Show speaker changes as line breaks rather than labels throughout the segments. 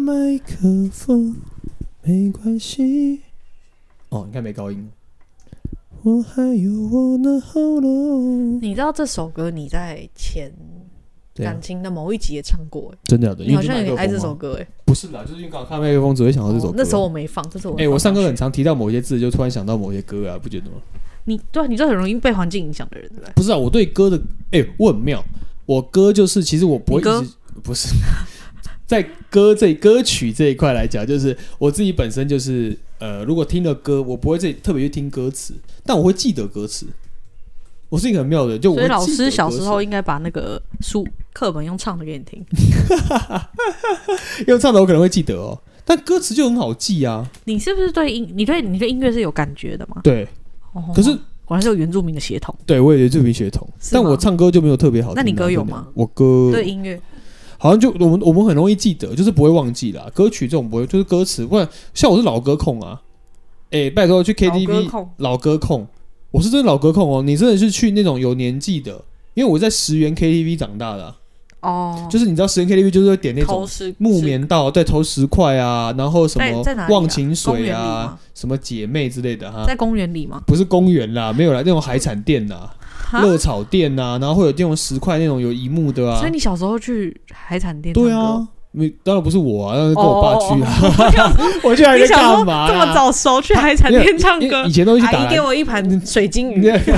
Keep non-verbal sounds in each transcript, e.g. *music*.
麦克风，没关系，
哦，你看没高音，
我还有我的喉咙。
你知道这首歌你在前
对啊
感，情的某一集也唱过、欸，
真的假的，
你
因
好
为
像
麦
也
克
爱这
风
首
嘛，
歌、欸，哎、哦
不是啦，就是因为刚好看麦克风只会想到哦这首歌。
那时候我没放，这是我
哎，我上
课
课很常提到某些字，就突然想到某些歌啊，不觉得吗？
你对啊，你就很容易被环境影响的人，对不对？
不是啊，我对歌的，哎、我很妙，我歌就是其实我不会
你歌
一直不是 *laughs* 在歌这歌曲这一块来讲，就是我自己本身就是呃，如果听了歌，我不会自己特别去听歌词，但我会记得歌词。我是一个很妙的人，就我
所
会
以老
记
师
得
小
歌
时
词
候应该把那个书课本用唱的给你听。
用唱的我可能会记得哦，但歌词就很好记啊。
你是不是对音？你对你对音乐是有感觉的吗？
对，
哦
可是
果然是有原住民的血统。
对我也有这笔血统，
是
但
吗
我唱歌就没有特别好听啊。
那你歌有
真的
吗
我歌
对音乐，
好像就我们我们很容易记得，就是不会忘记啦。歌曲这种不会，就是歌词，不然像我是老歌控啊，哎、拜托去
老歌
KTV
控
老歌控，我是真的老歌控哦。你真的是去那种有年纪的，因为我在十元 KTV 长大的啊、
哦，
就是你知道十元 KTV 就是会点那
偷
种
师
木棉道，对，投十块啊，然后什
在
么
在哪里啊
忘情
公
水
园里
啊，
吗？
什么姐妹之类的哈、
在公园里吗？
不是公园啦，没有啦，那种海产店呐、
哈
热炒店呐、然后会有这种十块那种有一幕的啊，
所以你小时候去海产店唱歌？
对啊，没当然不是我啊，当然是
哦，
跟我爸去啊。
啊。
*laughs* 我去还
你
在
小时候
干嘛？啊
这么？早熟去海产店唱
因为
歌
以？前都会去
阿
打
姨给
篮。
我一盘水晶
你
鱼，
*laughs*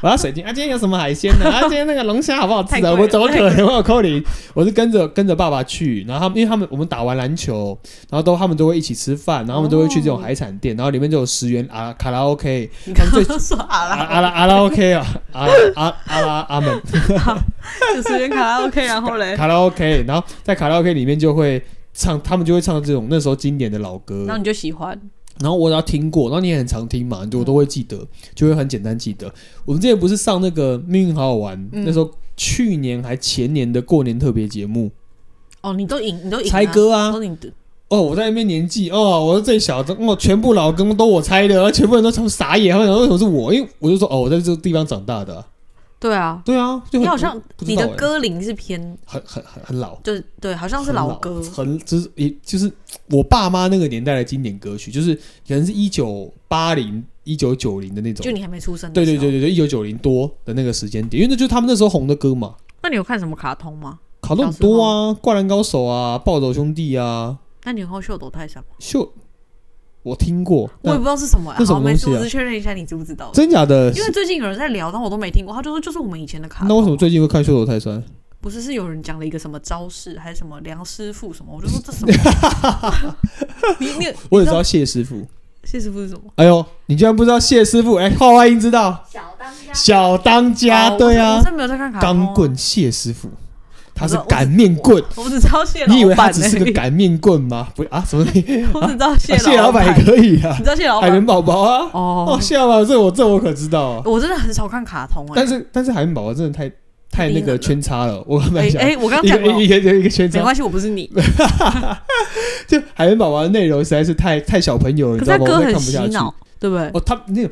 我要水晶啊！今天有什么海鲜呢？ *laughs* 啊，今天那个龙虾好不好吃
太
啊？
贵了
我怎么可能？我有扣零，我是跟着跟着爸爸去，然后他们因为他们我们打完篮球，然后都他们都会一起吃饭，然后他们都会去这种海产店，然后里面就有十元啊卡拉 OK，
你刚刚 *laughs* 说阿
啊
拉
啊啦啊啦 OK 啊啊啊啊啦阿门
就是跟卡
*laughs*
拉 OK，然后嘞，
卡拉 OK，然后在卡拉 OK 里面就会唱，他们就会唱这种那时候经典的老歌，
然后你嗯就喜欢
然后我只要听过，然后你也很常听嘛，你就我都会记得，就会很简单记得。我们之前不是上那个《命运好好玩》
嗯
那时候去年还前年的过年特别节目，
哦，你都赢，你都赢啊，
猜歌啊
都赢的，
哦，我在那边年纪哦，我是最小的，哦，全部老公都我猜的，然后全部人都从傻眼，他们想说为什么是我？因为我就说哦，我在这个地方长大的啊、
对啊，
对啊，就
你
很
好像
不知
你
道
的
欸
歌龄是偏，
很很很很老。
就是对，好像是
很
老歌，
很就是也就是我爸妈那个年代的经典歌曲，就是可能是一九八零、一九九零的那种，
就你还没出生的
对对
时候
对。对对，一九九零多的那个时间点，因为那就是他们那时候红的歌嘛，
那你有看什么卡通吗？
卡通很多啊，《灌篮高手》啊，《暴走兄弟》啊，
那你有看过《秀斗泰山》吗？
秀，我听过，
我也
那
不知道是什么、欸，
啊那什么
好没事，
东西啊
我只确认一下你知不知道。
真假的？
因为最近有人在聊，但我都没听过。他就说就是我们以前的卡通。
那为什么最近会看《秀斗泰山》？
不是是有人讲了一个什么招式，还是什么梁师傅什么？我就说这什么？
*laughs*
你你
我只
你
知道谢师傅。
谢师傅是什么？
哎呦，你居然不知道谢师傅？哎，话外音知道，
小当家。
小当家，
哦
对
我
啊
真我，真没有在看卡通、
钢，棍谢师傅，他是
啊我知道
擀面棍。
我只知道谢老板、欸。
你以为他只是个擀面棍吗？不啊，什么？
*laughs* 我只知道谢
啊谢
老
老板也可以啊
你，知道谢 *laughs* 老
海
板
绵宝宝啊。
哦
哦，？谢老板，这我这我可知道啊。
我真的很少看卡通哎、
但是但是海绵宝宝真的太太那
低能
个
了
圈叉了，我很
哎
蛮想
哎、我刚刚
啊一
讲
个
了
一，个一个一个圈
没
叉，
关系，我不是你。
*laughs* 就海绵宝宝的内容实在是太太小朋友了，你
可
知
是他
道吗？我
歌
会
很
看不
洗
下去。
脑，对不对？
哦，他那种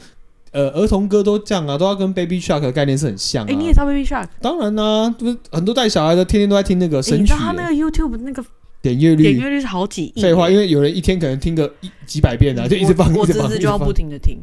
呃儿童歌都这样啊，都要跟 Baby Shark 的概念是很像啊
哎、。你也知道 Baby Shark？
当然啦，就是很多带小孩的天天都在听那个
哎
神
你
曲
知道他那
耶，
个 YouTube 那个
点阅
点
率。
阅率是好几亿耶。
废话，因为有人一天可能听个一几百遍啊，就一直放，
我
一
我
直
侄
放，
子
一
就
直
要
放
不。停的听。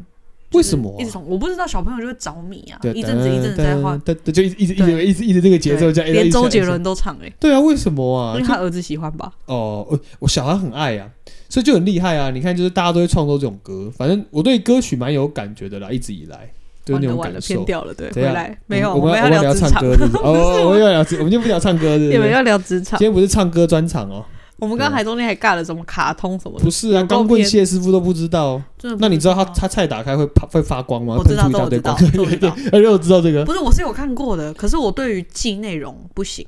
为什么啊
就是一直从我不知道小朋友就会着迷啊，
对，
一阵子一阵子在换，
对，就一直一直一直
对
一直一直这个节奏
对
这样，一直哎
连
一直
周杰
一直
伦都唱哎、欸，
对啊，为什么啊？
因为
就
他儿子喜欢吧？
哦，我我小孩很爱啊，所以就很厉害啊。你看，就是大家都会创作这种歌，反正我对歌曲蛮有感觉的啦，一直以来就是
完
那
了
种
完了，
感
偏
受。
掉了，对，
怎
回
样
来没有，
我们
们
我们
聊
要
职
唱
场，
歌，
*laughs*
是不是？哦，我们要聊职，我们今天不聊唱歌，对
你
不
们
对？
要聊职场
今。天不是唱歌专场哦，
我们刚才中间还尬了什么卡通什么的
不，是啊，
够
钢棍
偏
谢师傅都不知道。哦
真的不
那你知道他
吗
他菜打开会啪会发光吗？
我
喷
知道
出一大堆光， *laughs*
这我知道这我知道
而且我知道这个
不是我是有看过的，可是我对于记内容不行。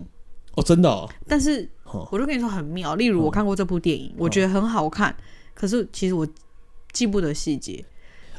哦，真的哦，
但是
哦
我就跟你说很妙，例如我看过这部电影，我觉得很好看，可是其实我记不得细节。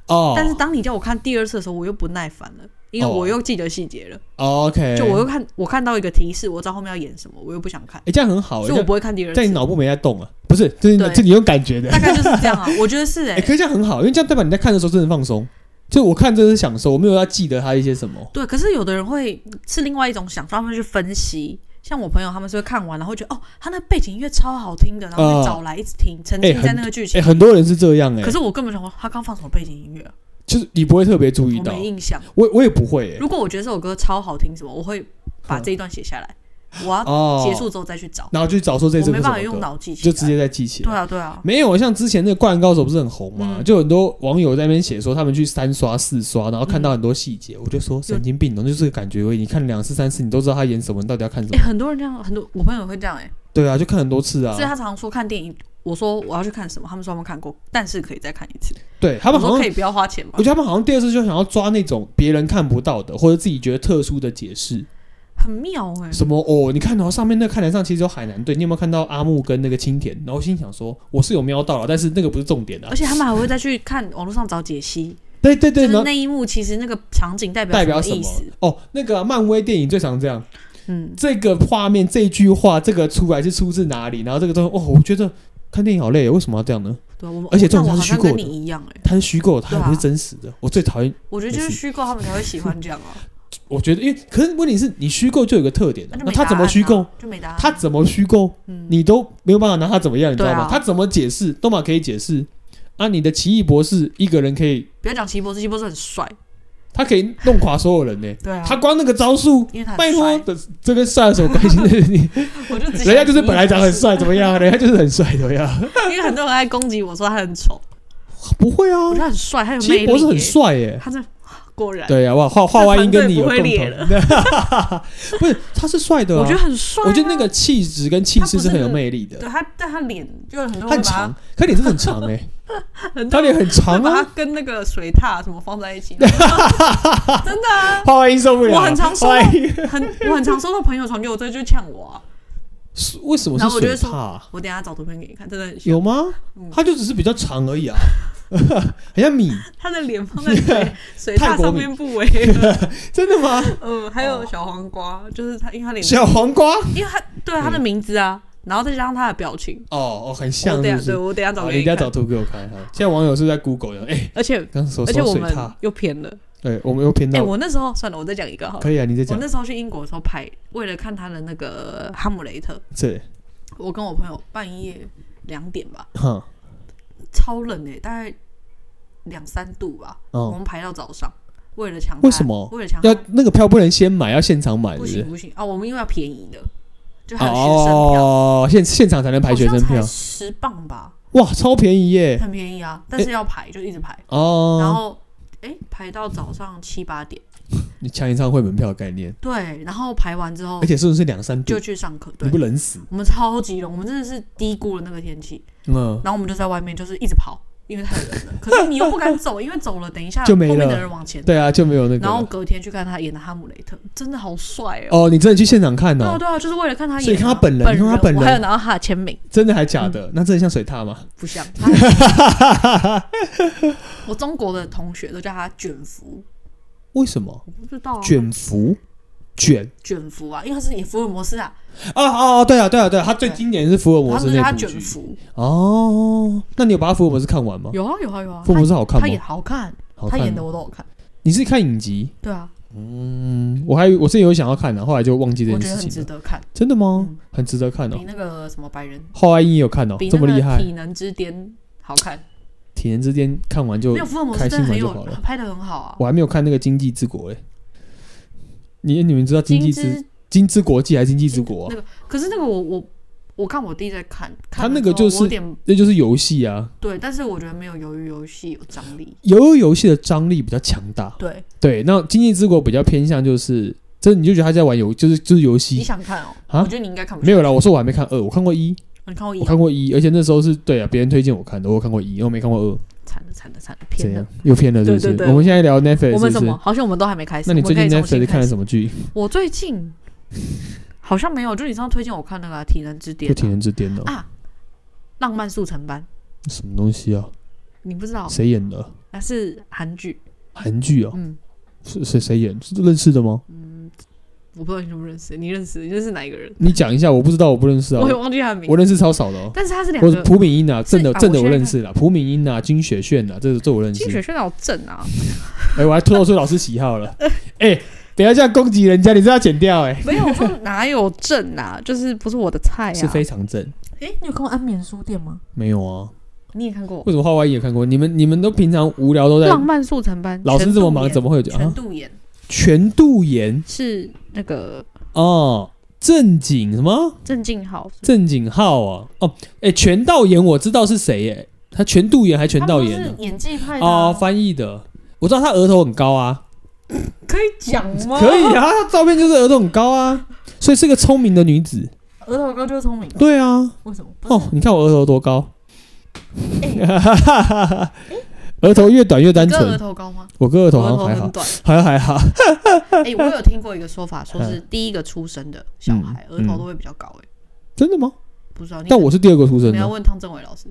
哦
但是当你叫我看第二次的时候，我又不耐烦了，因为
哦
我又记得细节了。
哦，OK，
就我又看我看到一个提示，我知道后面要演什么，我又不想看，
哎，这样很好，
所以
这
我
样
不会看第二
在你
次。
脑部没在动啊，不是，就是
对
这你用感觉的
*laughs* 大。概就是这
*laughs*
样啊，我觉得是哎、
哎、可是这样很好，因为这样代表你在看的时候真的放松。就我看真的是享受，我没有要记得他一些什么。
对，可是有的人会是另外一种想法，他们去分析，像我朋友他们是会看完，然后觉得哦，他那背景音乐超好听的，然后
啊
就找来一直听，沉
哎
浸在
很
那个剧
哎、
情。
很多人是这样哎、
可是我根本想说，他刚放什么背景音乐啊、
就是你不会特别注意
我
到，
没印象。
我我也不会哎、
如果我觉得这首歌超好听，什么，我会把这一段写下来，我要
哦，
结束之后再去找，
然后去找说这
我
首
没
歌
办
什
法
么
用
歌，
脑记起
就直
来。
接再记起来
对。啊，对啊，
没有，像之前那个《灌篮高手》不是很红嘛，
嗯
就很多网友在那边写说他们去三刷四刷，然后看到很多细节，我就
嗯
说神经病哦，就是感觉而已你看两次三次，你都知道他演什么，你到底要看什
哎、
么？
很多人这样，很多我朋友也会这样、哎、
对啊，就看很多次
所以
嗯啊。
他常说看电影，我说我要去看什么，他们说他们看过，但是可以再看一次。
对他们
我
好
说
像
可，以不要花钱吗
我？觉得他们好像第二次就想要抓那种别人看不到的，或者自己觉得特殊的解释，
嗯很妙哎、
什么哦，你看哦，上面那看台上其实有海南队，你有没有看到阿木跟那个青田？然后我心想说我是有瞄到了，但是那个不是重点啊
而。且他们还会再去看网络上找解析，
对对对，
就
然
是
后
那一幕其实那个场景代表
代表
什
什
么
么
意思？？
哦，那个啊、漫威电影最常这样。
嗯，
这个画面、这句话、这个出来是出自哪里？然后这个东西，哦，我觉得看电影好累，为什么要这样呢？
对啊，我们
而且这
但
种
我好
是虚
像
构的
跟你一样哎、
它是虚构的，它
对啊
也不是真实的。我最讨厌，
我觉得就是
没事
虚构，他们才会喜欢这样
*laughs*
啊。
我觉得，因为可是问题是你虚构就有个特点、啊
那，就
那
没
他
答
怎么
案
虚
啊
构？
就没答案。
他怎么虚构？
嗯
你都没有办法拿他怎么样，你知道
对
吗
啊？
他怎么解释都嘛可以解释啊！你的奇异博士一个人可以，
不要讲奇异博士，奇异博士很帅，
他可以弄垮所有人呢、
对啊，
他光那个招数，
因为他很
拜托
帅， *laughs*
的这跟帅有什么关系？你
我就只
人家就是
想
本来长很
奇异
帅，怎么样？人家就是很帅，怎么样？
博 *laughs* 士，因为很多人爱攻击我说他很丑，
不会啊
我觉，得他很帅，他有
奇
魅
异
力、
博士
耶
很帅耶、
他这果然，
对呀、啊哇，画画外音跟你有共
这团队不
同， *laughs* 不是他是帅的、啊，
我觉得很帅、啊。
我觉得那个气质跟气势是很有魅力的，
对他，但他脸就很
他很
多人会把
长，他脸真的很长哎、
*laughs* 他很多
他
人
脸很
会
长
把
啊，
他跟那个水獭什么放在一起，然后真的啊，
画外音受不了，
我很常啊说
画外音 *laughs*
很我很常收到朋友传给我，这就呛我啊。
是为什么
然
是
后我就
水
会说
獭啊？
我等一下找图片给你看，真的很像
有吗
嗯？
他就只是比较长而已啊， *laughs* 很像
*laughs*
米，
他的脸放在
*laughs*
水水
泰
獭
国
上
米
面不
*laughs*
违和。
真的吗？
嗯，还有小黄瓜，就是他，因为他脸，
小黄瓜，
因为他对他的名字啊，然后再加上他的表情，
哦哦，很像
我
是
等
不
一下对
是？啊
我等一下找
好，
给
人
你
家
看。
找图给我看哈。现在网友是不是在 Google 的，哎，
而且
刚说说
而且我
水
们
獭，
又偏了，
对，我们又偏
哎，
到，
我那时候算了，我再讲一个好了。
可以啊，你在
我
讲
那时候去英国的时候拍，为了看他的那个《哈姆雷特》，
这，
我跟我朋友半夜两点吧，
哼，
超冷诶、大概两三度吧，我
嗯，
们排到早上，为了抢它
为什么
为了抢它
要那个票不能先买，要现场买，是
不
是
行？不行啊！我们因为要便宜的，就还有学生票，
哦，现现场才能排学生票，
十磅吧，
哇，超便宜耶！
很便宜啊，但是要排就一直排，嗯然
哦，
后诶、排到早上七八点，
你抢演唱会门票的概念，
对，然后排完之后
而且是不是两三
哦就
度？
去上课，
你
对
不。冷死？
我们超级冷，我们真的是低估了那个天气，
嗯，
然后我们就在外面就是一直跑，因为太冷了。可是你又不敢走，因为走了等一下
就没了
后面的人往前
对啊，就没有那个
然后
了。
隔天去看他演的《哈姆雷特》，真的好帅哦！
哦，你真的去现场看
对啊
哦？
对啊，就是为了看他演啊，
所以看他本人
本
你看他本人
我还有拿到他的签名，
真的还假
嗯
的？那真的像水獭
*laughs*
吗？
不像。他我中国的同学都叫他卷福，
为什么
我不知道、啊、
卷福？卷
卷福啊，因为他是演福尔摩斯啊，
啊啊啊！对啊对啊对啊！他最经典的是福尔摩
他
斯
们就叫
那
他
部
卷
剧
福。
哦。那你有把福尔摩斯看完吗？
有啊有啊有
哦
啊，
福尔摩斯好
他
看
他
吗
演？好看，
好
他
看
演的
吗
我都好看。
你是看影集？
对啊，
嗯，我还我之前有想要看的，后来就忘记这
我
件
觉得很
事
值
情了。
得看，
真的吗
嗯？
很值得看哦
比。那个什么白人，
后来你也有看哦
比，
这么厉
那个
害。
体能之巅好看。
体能之巅看完就
没有福尔摩斯
开
真的
心
很
完就
有
好了。
拍的很好啊。
我还没有看那个《经济之国》哎，你你们知道《经济之
之
经之国际》还是《经济之国》
那
啊？
个，可是那个我我我看我弟在看，
他
看了
那个
之
就
后
是
我有点
那就是游戏啊，
对，但是我觉得没有《鱿鱼游戏》有张力。
游游游戏的张力比较强大。
对，
对，那《经济之国》比较偏向就是，这你就觉得他在玩游，就是就是游
你
戏。
想看哦？
啊
我觉得你应该看不
没
下
有啦，我说我还没看二，我看过一，
去你看过一
我，看过一，而且那时候是对啊，别人推荐我看的，我有看过一，我没看过二，
惨了惨了惨了，
怎
偏
样
了。
又偏了是不是？
对对对
我们现在聊 Netflix
我们
是
什
不
么？
是？
好像我们都还没开始。
啊那你
我
最
们可
近
以重新
Netflix 看
开
了
始
什么剧？
我
*laughs*
最近好像没有，就你上次推荐我看那个啊《体能之
就
巅
《体》能之巅》
啊
哦，
啊，《浪漫速成班》，
什么东西啊？
你不知道
谁演的？
那是韩剧，
韩剧哦，
哦嗯，
是谁谁演？是认识的吗？
我不知道你认不认识，你认识你认识哪一个人？
你讲一下，我不知道，我不认识啊
我，也忘记他的名
我
字，
认识超少的哦。
但是他是两
我是
个。
朴敏英啊，
是
正的
啊
正的我
我现在
认识啦，朴敏英啊，金雪炫啊，这这我认
金雪
识。
炫好正啊， *laughs*
哎，我还透露出老师喜好了。哎，等一下这样攻击人家，你这要剪掉哎、
没有，我说哪有
*laughs*
正啊？就是不是我的菜啊？
是非常正。
哎、你有看过《安眠书店》吗？
没有啊？
你也看过？
为什么画外也看过？你们你们都平常无聊都在
浪漫速成班，
老师这么忙，怎
么
么会有
全
啊？
度妍
全度妍
是那个
哦，正经什么
郑敬浩是不是，
正经浩啊？哦，哎、全道妍我知道是谁哎、他全度妍还全道妍
他
呢
不、是演技派的啊
哦，翻译的，我知道他额头很高啊，
可以讲吗？
可以啊，他照片就是额头很高啊，所以是个聪明的女子。
额头高就是聪明，
对啊，
为什么？不是
哦，你看我额头多高， *laughs* 额头越短越单
你哥额
纯。
头高吗？
我哥额头
我
好像
额头
还好
很，短。
好像还好。
*laughs* 哎、我有听过一个说法，说是第一个出生的小孩、
嗯
额头都会比较高、哎，
真的吗？
不知道。你
但我是第二个出生
你要
的，
问汤镇伟老师，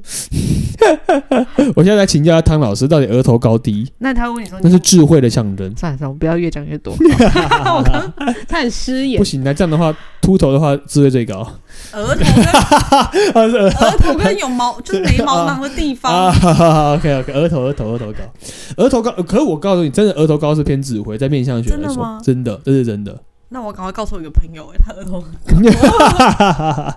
我现在来请教汤老师，到底额头高低，
那他问你说
那是智慧的象征。
算了算了，我不要越讲越多，我刚他很失言
不，行，那这样的话，秃头的话智慧最高。
*laughs*
*laughs*
额头跟
啊，是额
额头跟有毛就是眉毛囊的地
啊 *laughs*
方，
，OK OK，额头额头额头高，额头高。呃可是我告诉你，真的额头高是偏智慧，在面相学来
真的
说
吗，
真的这是真的。
那我赶快告诉我一个朋友、哎，他额头很高，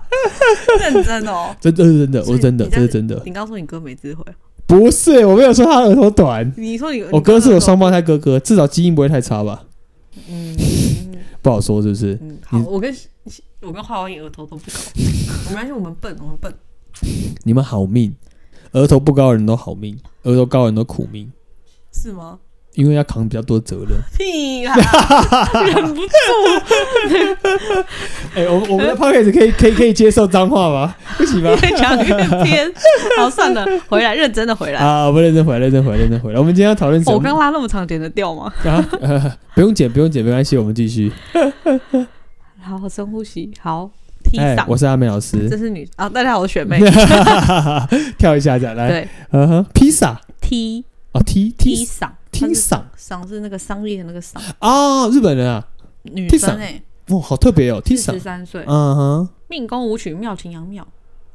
认真哦。
*laughs* 真这是真的，
所以
我真的， *laughs*
你
这
在
是真的，
你刚说你哥没智慧，
不是，我没有说他额头短，
你说你
我哥是我，
你
双胞胎哥哥，至少基因不会太差吧？
嗯嗯
不好说是不是？
嗯，好，
你
我跟我跟华王爷额头都不高，没关系，我们笨，我们笨。
你们好命，额头不高的人都好命，额头高的人都苦命，
是吗？
因为要扛比较多责任。
屁啦，忍不住，
*laughs* 哎、我我们 *laughs* 的 p o c k e t 可以可以可以接受脏话 *laughs* 吗？不行吧？
越讲越偏。好，算了，回来，认真的回来。
啊，我们认真回来，认真回来，认真回来。我们今天要讨论什
我
么？
刚拉那么长，剪得掉吗？
啊、呃，不用剪，不用剪，没关系，我们继续。
好，深呼吸，好，踢
哎、
嗓。
我是阿美老师
这，是女啊，大家好，我学妹。
*laughs* 跳一下这样来。
对，
嗯哼，披萨
踢
哦，踢
踢
踢
嗓，
踢
她是
嗓
嗓是那个商业的那个嗓，
啊，日本人啊，
女
踢
生
嗓
哎，
哇、好特别哦，踢
十
嗓。
三岁，
嗯哼，
命宫舞曲妙琴阳庙，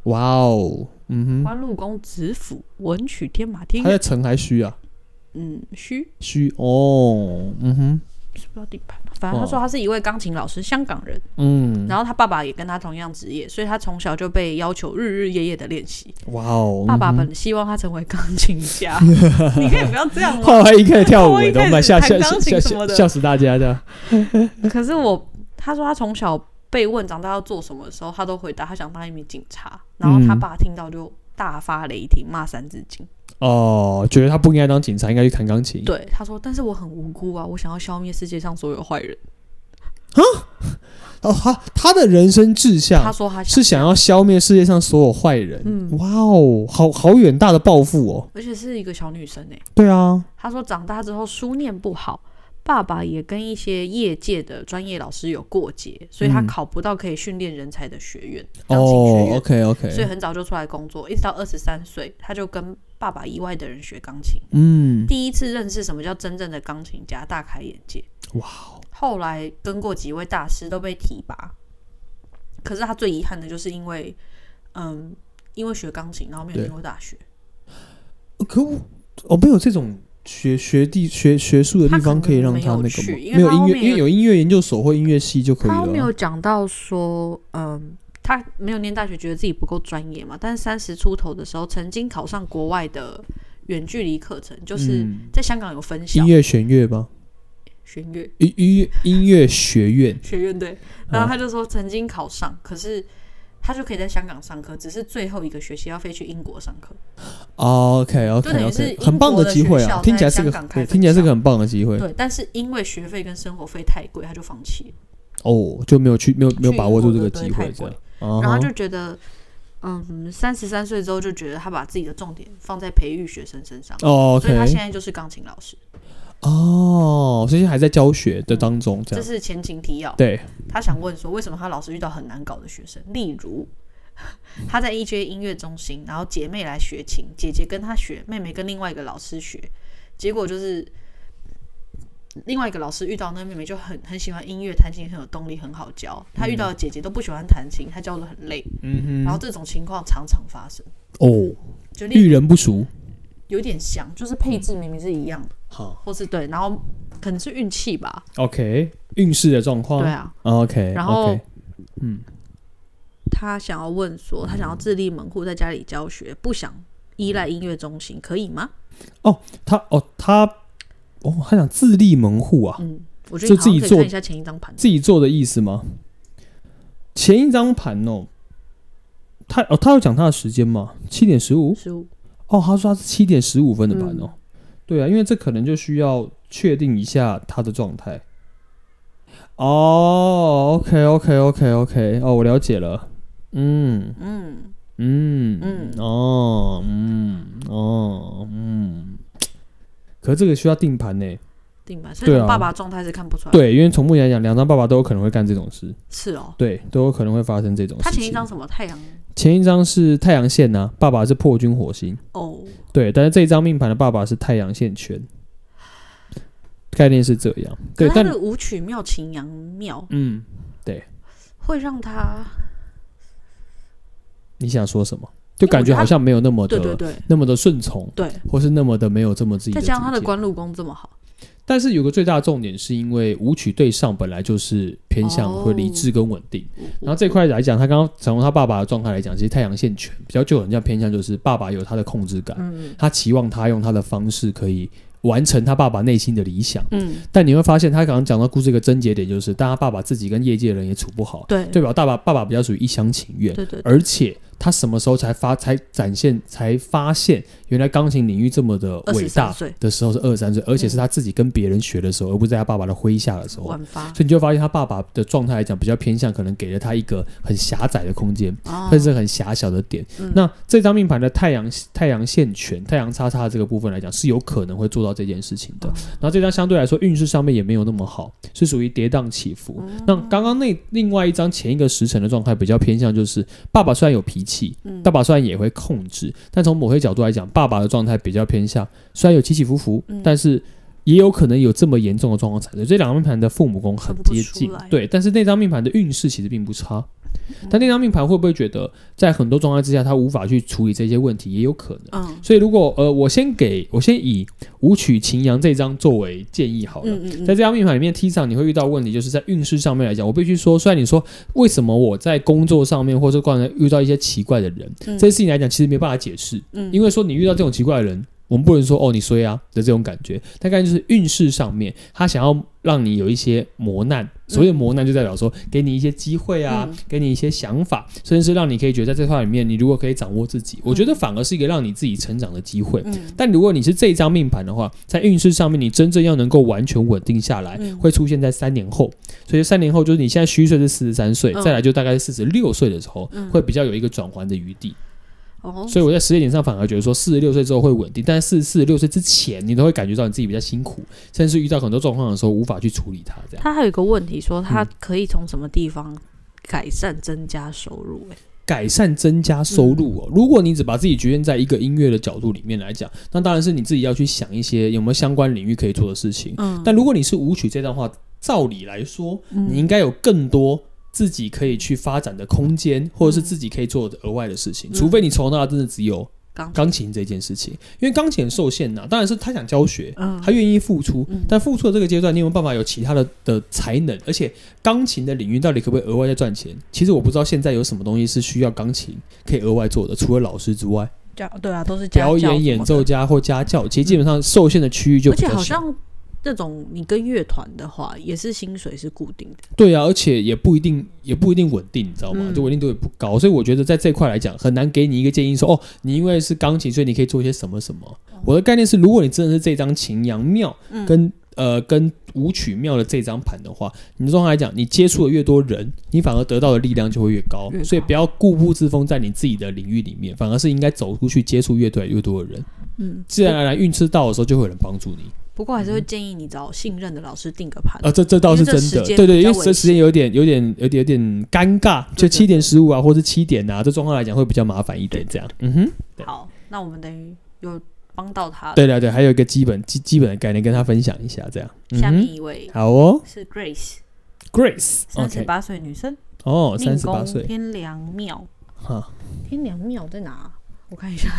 哇哦，嗯哼，
官禄宫子府文曲天马天
他在
月，
城还虚啊，
嗯，虚
虚哦，嗯哼，
是不要地盘，反正他说他是一位钢琴老师，香港人。
哦嗯，
然后他爸爸也跟他同样职业，所以他从小就被要求日日夜夜的练习。
哇哦，
爸爸
嗯哼
本希望他成为钢琴
*laughs*
家，你可以不要这样吗？
后来一开始跳舞
我一
的，
开
我
始
们吓吓
弹
吓
钢琴
吓
什么
吓
的
吓死大家的。
可是我，他说他从小被问长大要做什么的时候，他都回答他想当一名警察。然后他
嗯
爸听到就大发雷霆，骂三字经。
哦，觉得他不应该当警察，应该去弹钢琴。
对，他说：“但是我很无辜啊，我想要消灭世界上所有坏人。
哦，他他的人生志”
他
向
说他想，
是想要消灭世界上所有坏人。
嗯
哇哦，好好远大的抱负哦。
而且是一个小女生哎、
对啊，
他说长大之后书念不好，爸爸也跟一些业界的专业老师有过节，所以他
嗯
考不到可以训练人才的学院，钢琴学
哦
院。
，OK
所以
OK，
很早就出来工作，一直到二十三岁，他就跟爸爸以外的人学钢琴。
嗯，
第一次认识什么叫真正的钢琴家，大开眼界。
哇哦，
后来跟过几位大师都被提拔，可是他最遗憾的就是因为，嗯，因为学钢琴，然后没有
对
进过大学。
呃可我我没有这种。学学地学学术的地方可以让他那
他
个吗
可能没有去？因为
没有
他后
音乐，
面有
因为有音乐研究所或音乐系就可以
他
了
没
啊。
有讲到说，嗯，他没有念大学，觉得自己不够专业嘛。但是三十出头的时候，曾经考上国外的远距离课程，就是
嗯
在香港有分校
音乐弦乐吗？
弦乐
音音音乐学院啊
学院对。
嗯
然后他就说曾经考上，可是他就可以在香港上课，只是最后一个学期要飞去英国上课。
，OK OK
就等于是
OK，
英
哦很棒
国的
机会
学
啊，
校
听起来是
在
个
香港开
对
分
听起来是
校
个很棒的机会
对，但是因为学费跟生活费太贵，他就放弃了。
哦，就没有去没有没有
去
把
英
握住
国
这个
的
机
对
会
太
这样啊
贵，
然
然后就觉得，嗯，三十三岁之后就觉得他把自己的重点放在培育学生身上，
哦
所以他现
，OK，
在就是钢琴老师。
哦，所以现在还在教学的当中这
这
样，
是前情提要。
对，
他想问说，为什么他老是遇到很难搞的学生？例如， *laughs* 他在一阶音乐中心，然后姐妹来学琴，姐姐跟他学，妹妹跟另外一个老师学，结果就是另外一个老师遇到那妹妹就很很喜欢音乐，弹琴很有动力，很好教。他遇到的姐姐都不喜欢弹琴，他教的很累。
嗯
然
哼，
后这种情况常常发生，
哦，
就例
遇人不淑，
有点像，就是配置明明是一样的，
好，
或是对，然后可能是运气吧。
OK，运势的状况。
对啊，
OK，
然后
OK 嗯，
他想要问说，他想要自立门户，在家里教学，不想依赖音乐中心，可以吗？
他哦，他哦，他想自立门户啊，
嗯，我觉得
就自己
你好像可以
做
看一下前一张盘。
自己做的意思吗？前一张盘哦，他哦，他有讲他的时间吗？七点十五
十五，
哦，他说他是七点十五分的
嗯
盘哦，对啊，因为这可能就需要确定一下他的状态。哦，OK，OK，OK，OK，哦，我了解了，嗯。
嗯，
嗯
嗯
哦，嗯哦，嗯。可是这个需要定盘呢，
定吧。所以
对啊
从爸爸状态是看不出来。，
对，因为从目前来讲，两张爸爸都有可能会干这种事，
是哦。
对，都有可能会发生这种事
他
情。
前一张什么太阳？
前一张是太阳线呐、爸爸是破军火星，
哦，
对，但是这一张命盘的爸爸是太阳线圈，概念是这样，对，
可是他
但
的舞曲妙情阳妙，
嗯，
会让他
你想说什么？就感觉好像没有那么的
对对对
那么的顺从，
对，
或是那么的没有这么自己的
再
主
加
见。
上他的官禄宫这么好，
但是有个最大的重点，是因为舞曲对上本来就是偏向
哦
会理智跟稳定，然后这块来讲，他刚刚从他爸爸的状态来讲，其实太阳线权比较就有人家偏向就是爸爸有他的控制感，
嗯
他期望他用他的方式可以完成他爸爸内心的理想。
嗯，
但你会发现，他刚刚讲到故事一个症结点，就是但他爸爸自己跟业界人也处不好，
对
对吧？爸爸爸爸比较属于一厢情愿，
对对对，
而且他什么时候才发才展现才发现，原来钢琴领域这么的伟
23
大
岁嗯
的时候是二十三岁，而且是他自己跟别人学的时候，而不是在他爸爸的麾下的时候。
晚发
所以你就会发现，他爸爸的状态来讲，比较偏向可能给了他一个很狭窄的空间，
啊
甚至很狭小的点。
嗯
那这张命盘的太阳太阳线权、太阳叉叉这个部分来讲，是有可能会做到这件事情
哦
的。然后这张相对来说运势上面也没有那么好，是属于跌宕起伏。
嗯
那刚刚那另外一张前一个时辰的状态比较偏向就是爸爸虽然有脾气，
嗯
爸爸虽然也会控制，但从某些角度来讲，爸爸的状态比较偏向虽然有起起伏伏，
嗯
但是。也有可能有这么严重的状况产生，这两张命盘的父母宫很
看不
接
出
近
来，
对，但是那张命盘的运势其实并不差，但那张命盘会不会觉得在很多状态之下，他无法去处理这些问题，也有可能。
嗯
所以如果呃，我先给我先以舞曲秦阳这张作为建议好了。
嗯嗯
在
嗯，
这张命盘里面，T 上你会遇到问题，就是在运势上面来讲，我必须说，虽然你说为什么我在工作上面或者过程遇到一些奇怪的人，
嗯
这些事情来讲，其实没办法解释，
嗯
因为说你遇到这种奇怪的人，我们不能说哦你衰啊的这种感觉，大概就是运势上面，他想要让你有一些磨难，所谓的磨难就代表说给你一些机会啊，
嗯
给你一些想法，甚至是让你可以觉得在这块里面，你如果可以掌握自己，我觉得反而是一个让你自己成长的机会。
嗯
但如果你是这一张命盘的话，在运势上面，你真正要能够完全稳定下来，
嗯
会出现在三年后。所以三年后就是你现在虚岁是四十三岁，
嗯
再来就大概四十六岁的时候，
嗯
会比较有一个转换的余地。
哦，
所以我在时间点上反而觉得说，四十六岁之后会稳定，但是四四十六岁之前，你都会感觉到你自己比较辛苦，甚至遇到很多状况的时候无法去处理它。这样
他还有一个问题说，他
嗯
可以从什么地方改善增加收入？哎，
改善增加收入
嗯
哦。如果你只把自己局限在一个音乐的角度里面来讲，那当然是你自己要去想一些有没有相关领域可以做的事情。
嗯，
但如果你是舞曲这段话，照理来说，你应该有更多自己可以去发展的空间，或者是自己可以做的额外的事情，
嗯
除非你从到大真的只有
刚
钢琴这件事情，因为钢琴很受限呐、当然是他想教学，
嗯
他愿意付出
嗯，
但付出的这个阶段，你有没有办法有其他的的才能？而且钢琴的领域到底可不可以额外再赚钱？其实我不知道现在有什么东西是需要钢琴可以额外做的，除了老师之外，
家对啊，都是家
表
教什
演
么
演
的
奏，家或家教，其实基本上受限的区域就
而
比
且
较
好
小。
像这种你跟乐团的话，也是薪水是固定的。
对啊，而且也不一定，也不一定稳定，你知道吗？
嗯
就稳定度也不高，所以我觉得在这块来讲，很难给你一个建议说，哦，你因为是钢琴，所以你可以做一些什么什么。我的概念是，如果你真的是这张秦阳庙
哦嗯
跟、呃跟舞曲庙的这张盘的话，你通常来讲，你接触的越多人，你反而得到的力量就会越高。
越高
所以不要固步自封在你自己的领域里面，反而是应该走出去接触越多越多的人，
嗯，
自然而然运气到的时候就会有人帮助你。
不过还是会建议你找信任的老师定个盘。
啊，这这倒是真
因为这
的，
时间
对对，
比
因
较
为这
危险
时间有点、有点、有点、有点尴尬，就
对对
七点十五啊，或是七点啊，这状况来讲会比较麻烦一点，这样。嗯哼，对
好，那我们等于有帮到他了。
对对对，还有一个基本基基本的概念跟他分享一下，这样。嗯
下面
哼，
一位
好哦
是 Grace，三十
，Grace，OK，、
八岁女生，
哦，
命
三十八
宫
岁，
天良庙。
哈，啊
天良庙在哪？我看一下，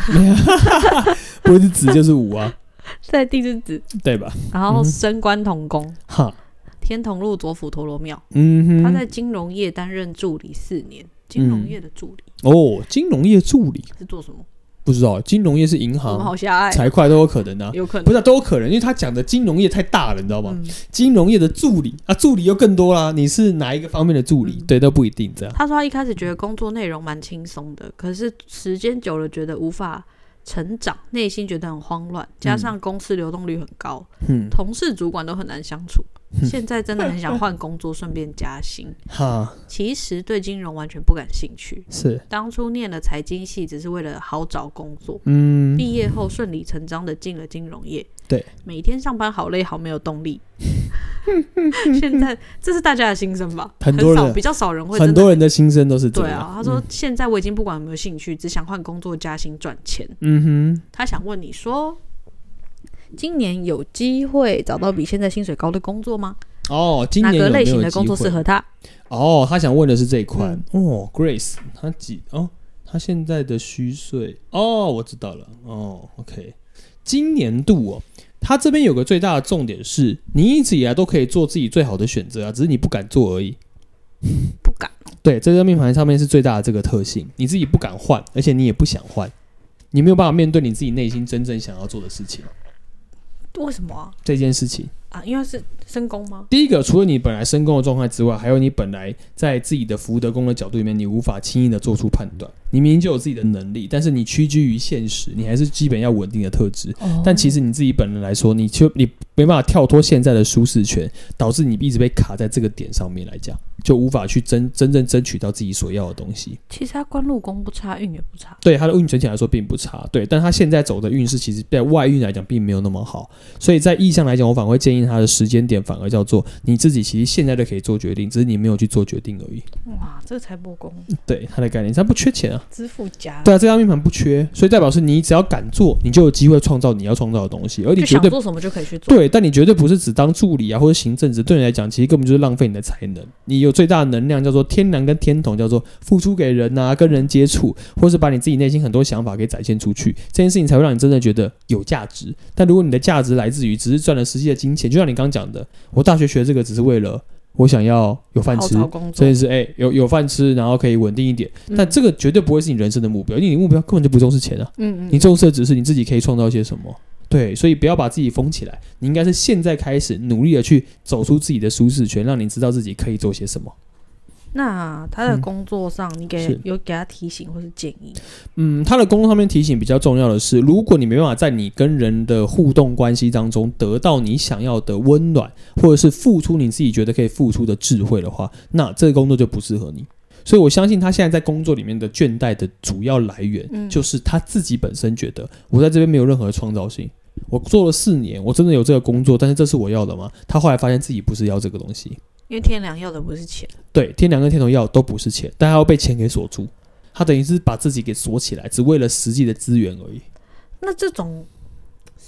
不是子就是五啊，
*laughs* 在地之子，
对吧？
然后升官同工，
哈，
天童路左辅陀罗庙。
嗯
他
哼，
在金融业担任助理四年，金融业的助理
哦，金融业助理
是做什么？
不知道，金融业是银
我们
行、
好狭隘，
财会都有可能的、啊，
有可
不
能。
是、啊、都有可能，因为他讲的金融业太大了，你知道吗？
嗯，
金融业的助理啊，助理又更多啦。你是哪一个方面的助理？
嗯
对，都不一定这样。
他说他一开始觉得工作内容蛮轻松的，可是时间久了觉得无法成长，内心觉得很慌乱，加上公司流动率很高，
嗯，
同事主管都很难相处。现在真的很想换
*laughs*
工作，顺便加薪。
哈，
其实对金融完全不感兴趣，
是，
当初念了财经系只是为了好找工作。
嗯，
毕业后顺理成章的进了金融业。
对，
每天上班好累，好没有动
*laughs*
力。现在这是大家的心声吧？
很多人
少比较少人会真
很
的
多人的心声都是这
对
样。嗯
啊。他说现在我已经不管有没有兴趣，只想换工作加薪赚钱。
嗯，嗯
他想问你说，今年有机会找到比现在薪水高的工作吗？
哼，哦，今
哪
年有
个
没有
类型的工作
机
适
会？
合嗯他？
哦，他想问的是这一块。哦，Grace，他几哦，他现在的虚岁哦，我知道了。哦，OK，今年度哦，他这边有个最大的重点是，你一直以来都可以做自己最好的选择啊，只是你不敢做而已。
不敢，
对，这张命盘上面是最大的这个特性，你自己不敢换，而且你也不想换，你没有办法面对你自己内心真正想要做的事情。
为什么啊？
这件事情，
啊，因为是深工吗？
第一个，除了你本来深宫的状态之外，还有你本来在自己的福德宫的角度里面，你无法轻易的做出判断。你明明就有自己的能力，但是你屈居于现实，你还是基本要稳定的特质。哦但其实你自己本人来说，你就你没办法跳脱现在的舒适圈，导致你一直被卡在这个点上面来讲，就无法去真真正争取到自己所要的东西。
其实他官禄宫不差，运也不差。
对他的运整体来说并不差，对，但他现在走的运势其实在外运来讲并没有那么好，所以在意向来讲，我反而会建议他的时间点反而叫做你自己其实现在就可以做决定，只是你没有去做决定而已。
哇，这个财帛宫，
对他的概念，他不缺钱啊，
支付家。
对啊，这张命盘不缺，所以代表是你只要敢做，你就有机会创造你要创造的东西，而你
就
绝
想
对
做什么就可以去做。
对，但你绝对不是只当助理啊或者行政职，对你来讲其实根本就是浪费你的才能。你有最大的能量叫做天然跟天同，叫做付出给人呐、跟人接触，或是把你自己内心很多想法给展现出去，这件事情才会让你真的觉得有价值。但如果你的价值来自于只是赚了实际的金钱，就像你刚刚讲的，我大学学这个只是为了我想要有饭
好
吃。
找工
这
作
件，事，哎、有有饭吃，然后可以稳定一点，
嗯
但这个绝对不会是你人生的目标，因为你的目标根本就不重视钱啊。
嗯嗯，
你重视的只是你自己可以创造些什么。对，所以不要把自己封起来，你应该是现在开始努力的去走出自己的舒适圈，让你知道自己可以做些什么。
那他的工作上，你
嗯
给
是
有给他提醒或是建议？
嗯，他的工作上面提醒比较重要的是，如果你没办法在你跟人的互动关系当中得到你想要的温暖，或者是付出你自己觉得可以付出的智慧的话，那这个工作就不适合你。所以我相信他现在在工作里面的倦怠的主要来源，
嗯
就是他自己本身觉得我在这边没有任何的创造性。我做了四年，我真的有这个工作，但是这是我要的吗？他后来发现自己不是要这个东西。
因为天良要的不是钱，
对，天良跟天同要都不是钱，但他要被钱给锁住，他等于是把自己给锁起来，只为了实际的资源而已。
那这种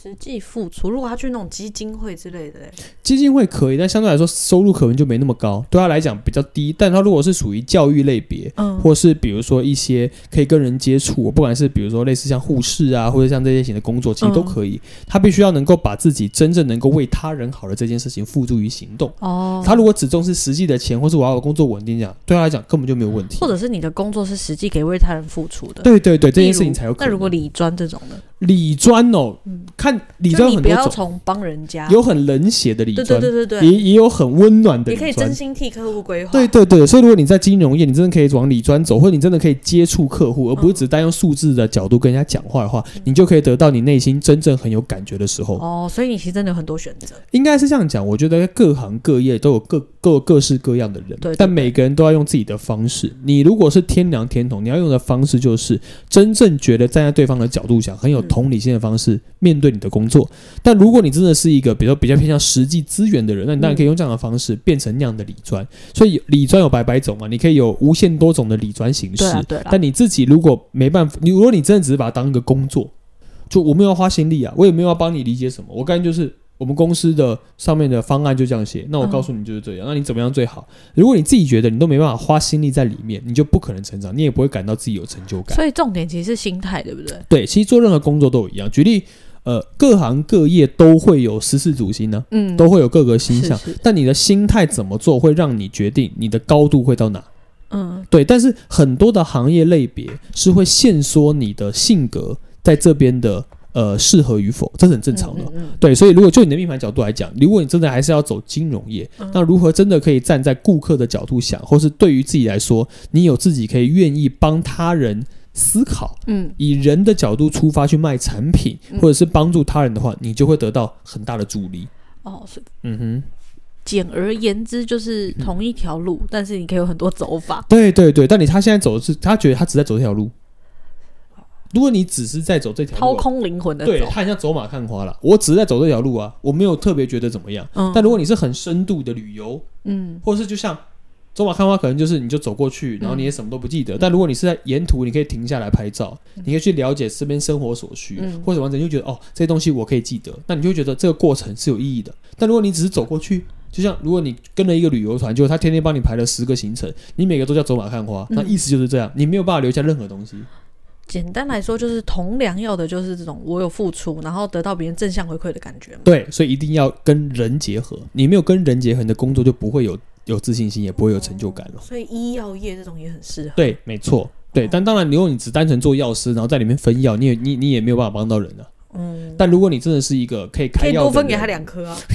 实际付出，如果他去那种基金会之类的嘞，欸
基金会可以，但相对来说收入可能就没那么高，对他来讲比较低。但他如果是属于教育类别，
嗯，
或是比如说一些可以跟人接触，不管是比如说类似像护士啊，或者像这些型的工作，其实都可以。他必须要能够把自己真正能够为他人好的这件事情付诸于行动。嗯
哦，
他如果只重视实际的钱，或是我要工作稳定这样，对他来讲根本就没有问题
或。者是你的工作是实际给为他人付出的，，
对对对，这件事情才有可能。
那如果理专这种的，
理专哦，
嗯
看理
就
专
你
有很
不
多
要
种，
从帮人家，
有很冷血的理
对
专，
对对对对，
也也有很温暖的
也
理
可以
专。
真心替客户规划，
对对对，所以如果你在金融业，你真的可以往理专走，或者你真的可以接触客户，而
嗯
不是只单用数字的角度跟人家讲话的话，你就可以得到你内心真正很有感觉的时候。
哦，所以你其实真的有很多选择，
应该是这样讲，我觉得各行各业都有各各各式各样的人，
对对
但每个人都要用自己的方式。你如果是天良天同，你要用的方式就是真正觉得站在对方的角度想，很有
嗯
同理心的方式面对你的工作。但如果你真的是一个比较比较偏向实际资源的人，那你当然可以用这样的方式变成那样的理专。所以理专有百百种嘛，你可以有无限多种的理专形式。
对啊对啦，
但你自己如果没办法，你如果你真的只是把它当一个工作，就我没有要花心力啊，我也没有要帮你理解什么，我感觉就是我们公司的上面的方案就这样写，那我
嗯
告诉你就是这样，那你怎么样最好？如果你自己觉得你都没办法花心力在里面，你就不可能成长，你也不会感到自己有成就感。
所以重点其实是心态，对不对？
对，其实做任何工作都一样。举例，呃，各行各业都会有十四主星呢、啊
嗯，
都会有各个星
是
象，
是
但你的心态怎么做，会让你决定你的高度会到哪。
嗯
对，但是很多的行业类别是会限缩你的性格在这边的呃适合与否，这是很正常的。
嗯嗯
对，所以如果就你的命盘角度来讲，如果你真的还是要走金融业，
嗯
那如何真的可以站在顾客的角度想，或是对于自己来说，你有自己可以愿意帮他人思考，
嗯
以人的角度出发去卖产品，
嗯
或者是帮助他人的话，你就会得到很大的助力。
哦，是
嗯哼，
简而言之就是
嗯
同一条路，但是你可以有很多走法。
对对对，但你他现在走的是，他觉得他只在走这条路。如果你只是在走这条
掏
路啊，
空灵魂的
对
走，
他很像走马看花了。我只是在走这条路啊，我没有特别觉得怎么样。
嗯
但如果你是很深度的旅游，
嗯
或是就像走马看花，可能就是你就走过去，然后你也什么都不记得。但如果你是在沿途，你可以停下来拍照，你可以去了解身边生活所需，
嗯
或者完整就觉得哦，这些东西我可以记得，那你就会觉得这个过程是有意义的。但如果你只是走过去，就像如果你跟了一个旅游团，就是他天天帮你排了十个行程，你每个都叫走马看花，
嗯
那意思就是这样，你没有办法留下任何东西。
简单来说就是同良药的就是这种我有付出，然后得到别人正向回馈的感觉嘛。
对，所以一定要跟人结合，你没有跟人结合，你的工作就不会有有自信心，也不会有成就感了。
所以医药业这种也很适合。
对，没错，对。但当然，如果你只单纯做药师，然后在里面分药，你也你你也没有办法帮到人啊。
嗯，
但如果你真的是一个可以
可
开
以
药，
多分给他，两颗啊。
*laughs*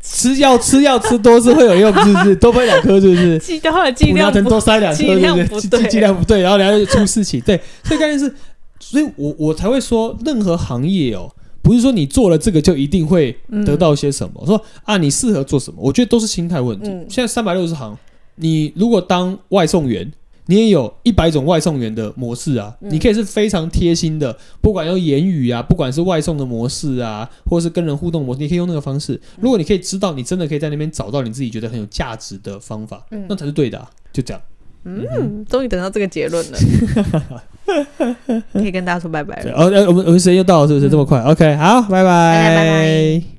吃药吃药吃多是会有用，是不是？多分两颗是不是？
剂量的
普拿疼多塞两颗，
剂量
对
不
不对？
对
剂剂量不对，然后然后就出事情。对，这概念是，所以我我才会说，任何行业哦。不是说你做了这个就一定会
嗯
得到些什么，说啊你适合做什么，我觉得都是心态问题。
嗯
现在三百六十行，你如果当外送员，你也有一百种外送员的模式啊，
嗯
你可以是非常贴心的，不管用言语啊，不管是外送的模式啊，或是跟人互动模式，你可以用那个方
嗯
式。如果你可以知道，你真的可以在那边找到你自己觉得很有价值的方法，
嗯
那才是对的、啊。就 *laughs* 这样，
嗯，终于等到这个结论
*laughs*
了，可以跟大家说拜拜了
对，。哦，呃我们我们时间又到了，是不是、这么快？OK，好，拜
大家拜拜